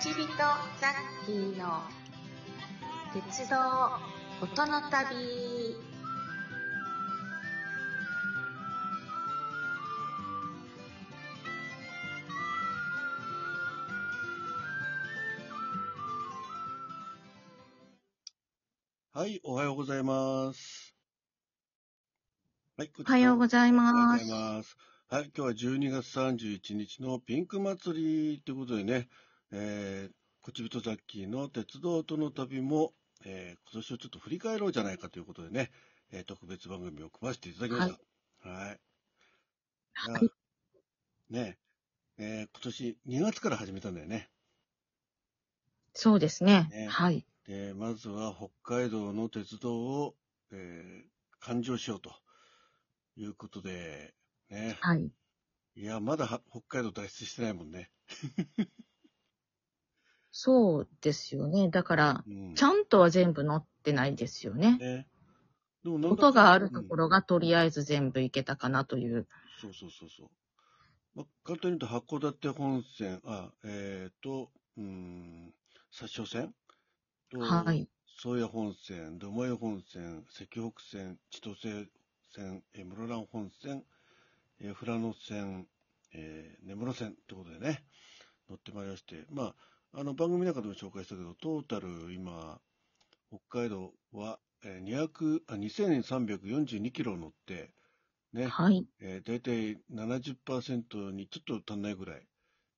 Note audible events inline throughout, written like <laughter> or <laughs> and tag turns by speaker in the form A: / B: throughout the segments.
A: しびとザッキーの鉄道音の旅
B: はい、おはようございます。はい、
A: おはようございます
B: おはようございます。はい、今日は12月31日のピンク祭りということでね、えー、こちびとザッキーの鉄道との旅も、えー、今年をちょっと振り返ろうじゃないかということでね、えー、特別番組を組ませていただきました。はい。いやねえ、えー今年2月から始めたんだよね。
A: そうですね
B: ね
A: はい。
B: で、まずは北海道の鉄道を、えー、勘定しようということで、ね。
A: はい。
B: いや、まだは北海道脱出してないもんね。
A: そうですよね。だから、
B: うん。
A: ちゃんとは全部乗ってないですよね。
B: ね。でもなんだ
A: 音があるとこ
B: うん
A: ろがとりあえず全部行けたかなという。
B: そうそうそうそう。まあ、簡単に言うと、函館本線、あ、えっ、と、うーん、札沼線と、
A: はい。
B: 宗谷本線、留萌本線、石北線、千歳線、えー室蘭本線、えー富良野線、えー根室線ってことでね、乗ってまいりまして、まあ、あの番組の中でも紹介したけど、トータル今、北海道は、えー200あ2342キロ乗って、ね、
A: はい。
B: えー、大体70%にちょっと足んないぐらい、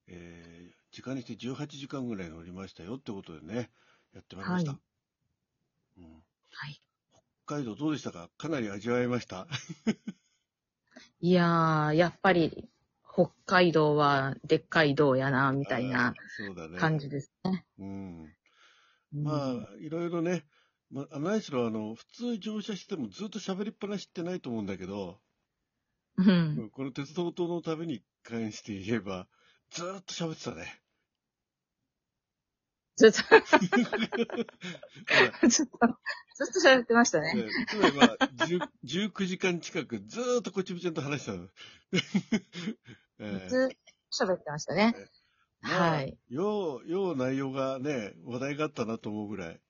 B: えー時間にして18時間ぐらい乗りましたよってことでね、やってまいりました。
A: は
B: うん、
A: はい。
B: 北海道どうでしたかかなり味わえました。
A: いやー、やっぱり、北海道はでっかい道やな、みたい
B: あ
A: な
B: ー。そうだね。
A: 感じですね。
B: うん。
A: う
B: ま
A: ん
B: あ、いろいろね、まあ、何しろ、あの、普通乗車してもずっと喋りっぱなしってないと思うんだけど、
A: うん。
B: この鉄道等の旅に関して言えば、ずーっと喋ってたね。
A: ず
B: <laughs>
A: っと、
B: ほら
A: ずっと、ずっと喋ってましたね。
B: ねつまりまあ、10 19時間近くずーっとこちびちゃんと話してたの。 <laughs> ええ
A: ずっと喋ってましたね。
B: まあ
A: はい。
B: よう、よう内容がね、話題があったなと思うぐらい。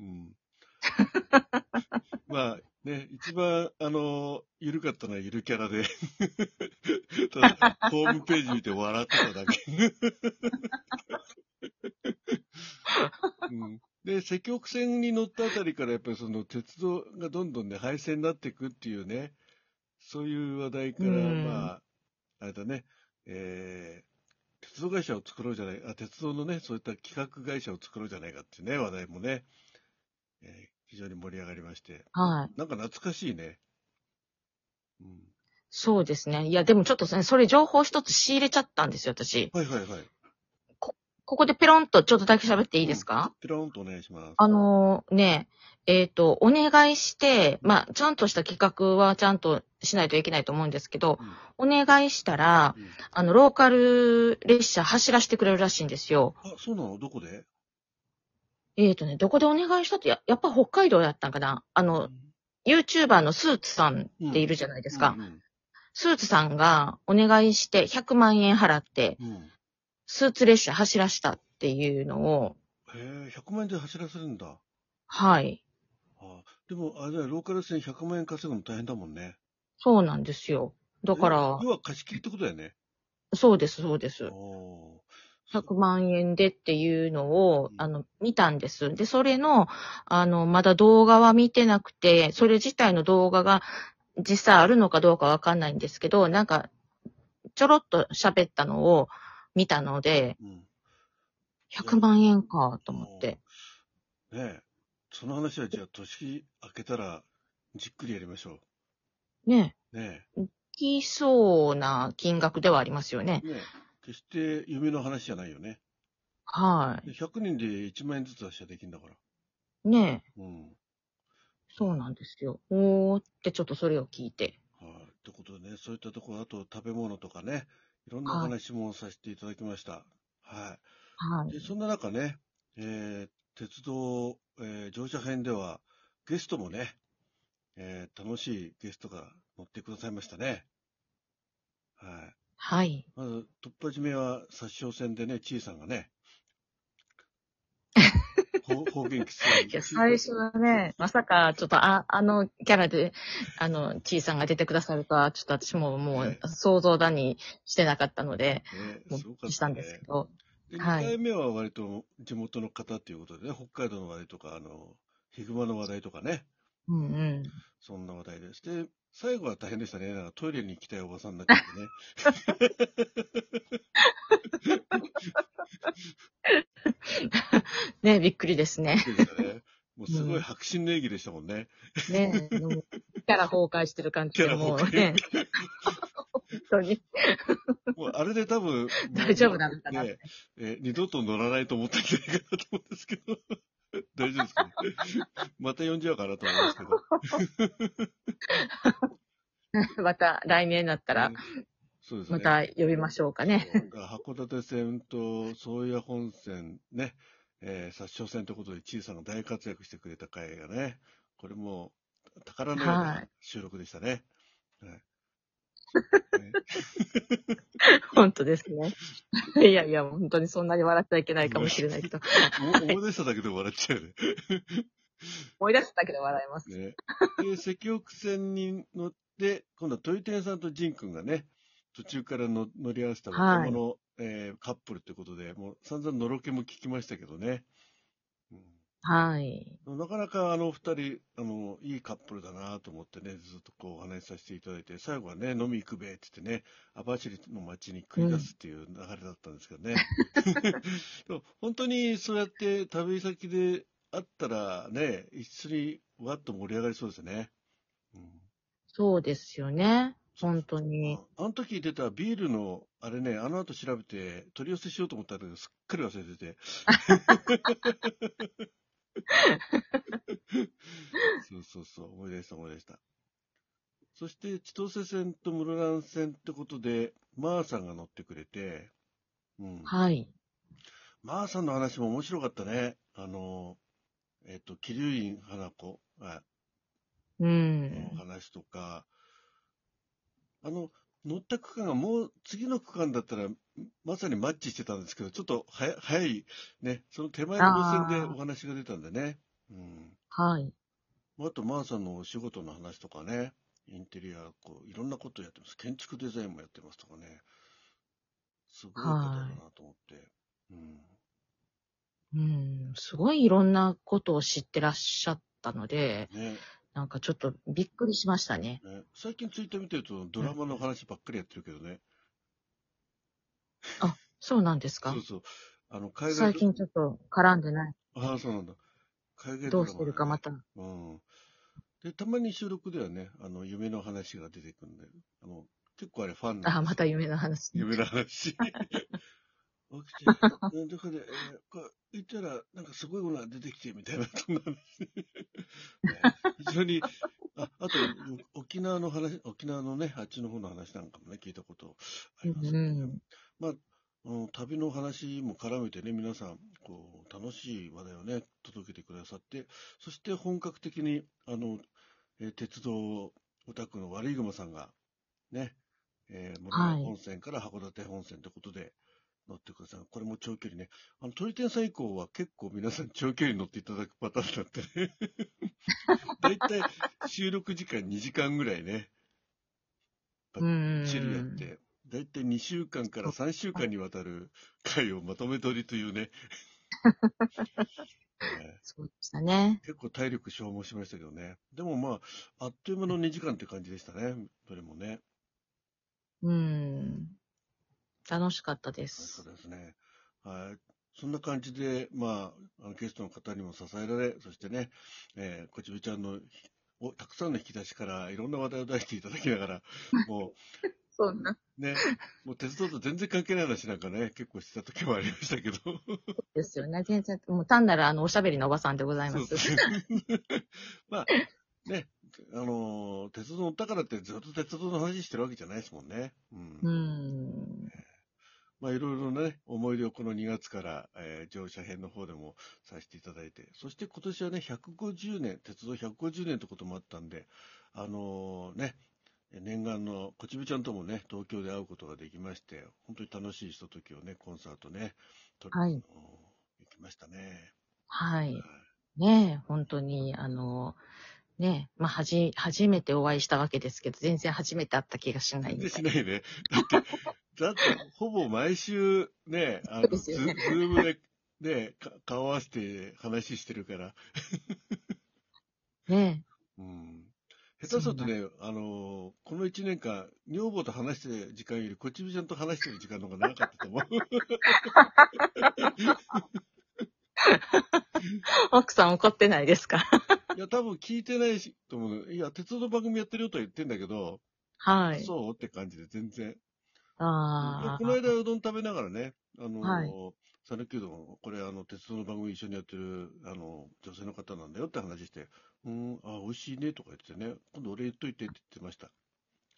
B: うん。 <laughs> まあね、一番、あの、緩かったのはゆるキャラで。 <laughs> ただ、ホームページ見て笑ってただけ。 <laughs> うん、で、積極線に乗ったあたりから、やっぱりその鉄道がどんどんね、廃線になっていくっていうね、そういう話題から、
A: うん
B: まあ、あれだね、えー、鉄道会社を作ろうじゃない、あ、鉄道のね、そういった企画会社を作ろうじゃないかっていうね、話題もね、えー非常に盛り上がりまして、
A: はい。
B: なんか懐かしいね。うん。
A: そうですね。いや、でもちょっとね、それ情報一つ仕入れちゃったんですよ、私。
B: はいはいはい。
A: ここでペロンとちょっとだけ喋っていいですか、
B: ピローンとお願いします。
A: あのーね、えっ、と、お願いして、まあ、ちゃんとした企画はちゃんとしないといけないと思うんですけど、
B: うん
A: お願いしたら、
B: うん
A: あの、ローカル列車走らせてくれるらしいんですよ。
B: あ、そうなのどこで
A: えっ、とね、どこでお願いしたって、ややっぱ北海道やったんかなあの、YouTuber のスーツさんっているじゃないですか。
B: うんうん
A: スーツさんがお願いして100万円払って、
B: うん。
A: スーツ列車走らしたっていうのを、
B: へえ、100万円で走らせるんだ。
A: はい。
B: あでも、あれだよローカル線100万円稼ぐの大変だもんね。
A: そうなんですよ。だから
B: え、要は貸し切りってことだよね。
A: そうです、そうです。
B: おー
A: 100万円でっていうのを
B: う、ん
A: あの、見たんです。で、それの、あの、まだ動画は見てなくて、それ自体の動画が実際あるのかどうかわかんないんですけど、なんか、ちょろっと喋ったのを見たので、
B: うん。ね
A: 100万円かと思って。
B: え。その話はじゃあ、年明けたら、じっくりやりましょ
A: ね、
B: う。ね
A: きそうな金額ではありますよね
B: え。。ねえ。決して夢の話じゃないよね。
A: は
B: で100人で1万円ずつはしかできるんだから。
A: い。ねえ、
B: うん。
A: そうなんですよ。おーってちょっとそれを聞いて。
B: はい、ということでね、そういったところ、あと食べ物とかね、いろんなお
A: はい
B: 話もさせていただきました。は。
A: はい
B: で、
A: い。
B: そんな中ね、えー鉄道、えー乗車編では、ゲストもね、えー楽しいゲストが乗ってくださいましたね。はい。
A: はい。 <laughs>
B: まず、突破締めは、殺傷戦でね、ちいさんがね、方方言きつい。
A: いや、最初はね、まさか、ちょっと、あ、あのキャラで、あの、ちいさんが出てくださるとは、ちょっと私もも
B: ね
A: う、想像だにしてなかったので、
B: ね
A: もう
B: すごかっ
A: した
B: た
A: ん
B: ね。
A: ですけど、
B: で、
A: はい
B: 2回目は割と地元の方ということでね、北海道の話題とか、あの、ヒグマの話題とかね、
A: うんうん。
B: そんな話題です。で、最後は大変でしたね。なんかトイレに行きたいおばさんになっちゃってね。
A: ね、びっくりです <laughs> ね。
B: そうでしたねもうすごい迫真の演技でしたもんね。
A: ね、でもキャラ崩壊してる感じ
B: キャ
A: で、
B: ラ崩
A: も
B: 壊
A: うね、 <laughs> 本当に
B: もうあれで多分、
A: <laughs> 大丈夫なのかな。
B: ねえー二度と乗らないと思ったんじゃないかなと思うんですけど。 <laughs> 大丈夫ですか、ね、 <laughs> また呼んじゃうかなと思い
A: <laughs>
B: ますけど。
A: また来年になったら
B: ね、そうですね。
A: また呼びましょうかね。
B: そうだから函館線と宗谷本線ね、えー、殺傷線ということで、小さな大活躍してくれた回がね、これも宝のよう
A: は
B: ない収録でしたね。ね
A: 本当ですね。いやいや、本当にそんなに笑っちゃいけないかもしれないけど、
B: お思い出しただけでも笑っちゃうよね。
A: 思い出すだけで笑います。
B: ねで、石北線に乗って、今度はトイテンさんとジン君がね、途中からの乗り合わせた若者の、えーカップルということで、もう散々のろけも聞きましたけどね。うん
A: はい。
B: なかなかあの二人、あの、いいカップルだなと思ってね、ずっとこうお話しさせていただいて、最後はね、飲み行くべって言ってね、網走の街に繰り出すっていう流れだったんですけどね。でも本当にそうやって旅先で会ったらね、一緒にわっと盛り上がりそうですね。うん
A: そうですよね。本当に。
B: ああの時出たビールの、あれね、あの後調べて取り寄せしようと思ったんだけど、すっかり忘れてて。そうそうそう、思い出した思い出した。そして、千歳線と室蘭線ってことで、マーさんが乗ってくれて、うん。
A: はい。
B: マーさんの話も面白かったね。あの、えっと、桐生院花子、は
A: う
B: い、の
A: ん。
B: 話とか、あの、乗った区間がもう次の区間だったら、まさにマッチしてたんですけど、ちょっとはや早い、ね、その手前の路線でお話が出たんでね。うん。
A: はい。
B: あと、マーさんのお仕事の話とかね、インテリア、こう、いろんなことやってます。建築デザインもやってますとかね。すごい方だなと思って。うん。
A: うん。すごいいろんなことを知ってらっしゃったので、
B: ね。
A: なんかちょっとびっくりしましたね。
B: ね最近ツイッター見てると、ドラマの話ばっかりやってるけどね。
A: そうなんですか
B: そうそう。あの、海外
A: 最
B: ド
A: 近ちょっと絡んでない。
B: ああ、そうなんだ。海外
A: どう
B: ドラマだね
A: してるかまた。
B: うん。で、たまに収録ではね、あの、夢の話が出てくるんで、あの、結構あれファン
A: あ、
B: なんで
A: ますた夢の話。
B: 夢の話。起きて、どこで、えーこう言ったら、なんかすごいものが出てきて、みたいな、そんな話。非常に、あ、あと、沖縄の話、沖縄のね、あっちの方の話なんかもね、聞いたことあ
A: う
B: りますけどね。
A: ん。
B: まあ、あの旅の話も絡めてね、皆さん、こう、楽しい話題をね、届けてくださって、そして本格的に、あの、えー鉄道オタクの悪いグマさんが、ね、えー、室
A: はい
B: 蘭本線から函館本線ということで乗ってください。これも長距離ね。あの、鳥天さん以降は結構皆さん長距離乗っていただくパターンだったね。
A: <laughs>
B: だいたい収録時間2時間ぐらいね、
A: うん。
B: シェルやって、だいたい2週間から3週間にわたる回をまとめ撮りとい
A: <laughs>
B: うね。ね
A: そうでしたね。
B: 結構体力消耗しましたけどね。でもまあ、あっという間の2時間って感じでしたね。どれもね。
A: うん。楽しかったで
B: そう
A: す。
B: ですね。はい。そんな感じで、まあ、あのゲストの方にも支えられ、そしてね、えー、こちびちゃんのひおたくさんの引き出しからいろんな話題を出していただきなが
A: <laughs>
B: ら、も
A: そんな。
B: うね、もう鉄道と全然関係ない話なんかね、結構してた時もありましたけど。
A: ですよね。全然、もう単なるあの、おしゃべりのおばさんでございま
B: そう <laughs>
A: す。
B: ですね。まあ、ね、あのー鉄道の宝ってずっと鉄道の話してるわけじゃないですもんね。うん。
A: うん。
B: まあ、いろいろね、思い出をこの2月から、えー乗車編の方でもさせていただいて、そして今年はね、150年、鉄道150年ってこともあったんで、あのーね、念願のこちびちゃんともね、東京で会うことができまして、本当に楽しいひとときをね、コンサートね、と
A: はい
B: あのー行きましたね。
A: はい。ねえ、本当に、あの、ねえ、まあ、はじ、初めてお会いしたわけですけど、全然初めて会った気がしないみ
B: 全然
A: た
B: し
A: い
B: な
A: な。
B: いね。だって、だって、ほぼ毎週ね、あ
A: そう
B: の、
A: で
B: ズ
A: す
B: ズ
A: よね
B: ームで、ね、か顔合わせて話してるから、
A: ね
B: うん。下手するとね、あの、この1年間、女房と話してる時間より、こっちみちゃんと話してる時間の方が長かったと思う。
A: <laughs> え、奥さん怒ってないですか
B: いや、多分聞いてないし、と思う。いや、鉄道の番組やってるよとは言ってんだけど、
A: はい。
B: そうって感じで全然。
A: あ
B: この
A: あ。
B: 間うどん食べながらね、あの、
A: はい
B: 讃岐うどん、これあの、鉄道の番組一緒にやってる、あの、女性の方なんだよって話して、うーん、あ、美味しいねとか言ってね、今度俺言っといてって言ってました。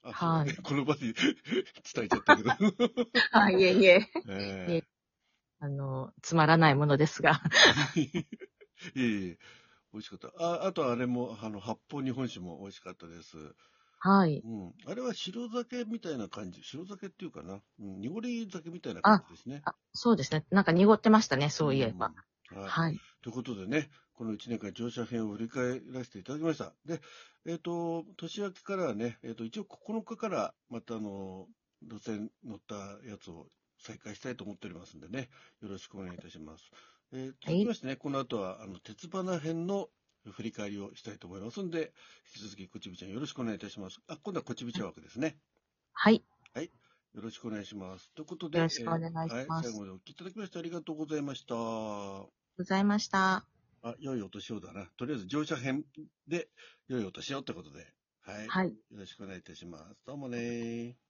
B: あ、
A: はい
B: そうだね <laughs> この場で伝えちゃった
A: <laughs>
B: けど。
A: <laughs> あ、いえい
B: <laughs>
A: え。
B: え
A: あの、つまらないものですが。
B: えいえいえ、美味しかった。あ、あとあれも、あの、八方日本酒も美味しかったです。
A: はい。
B: うん。あれは白酒みたいな感じ。白酒っていうかな。うん、濁り酒みたいな感じですね。
A: あそうですね。なんか濁ってましたね、そういえば。
B: うん。はい。
A: はい。
B: ということでね、この1年間乗車編を振り返らせていただきました。で、えっ、と、年明けからはね、えっ、と、一応9日からまたあの、路線乗ったやつを再開したいと思っておりますんでね、よろしくお願いいたします。えー、続きましてね、この後は、あの、鉄花編の振り返りをしたいと思いますんで、引き続き、こちびちゃんよろしくお願いいたします。あ、今度はこちびちゃん枠ですね。
A: はい。
B: よろしくお願いします。ということで、
A: よろしくお願いします
B: えーはい、最後までお聞きいただきましてありがとうございました。
A: ございました。
B: あ、良いお年をだな。とりあえず乗車編で良いお年をってことで。はい。
A: はい。
B: よろしくお願いいたします。どうもねー。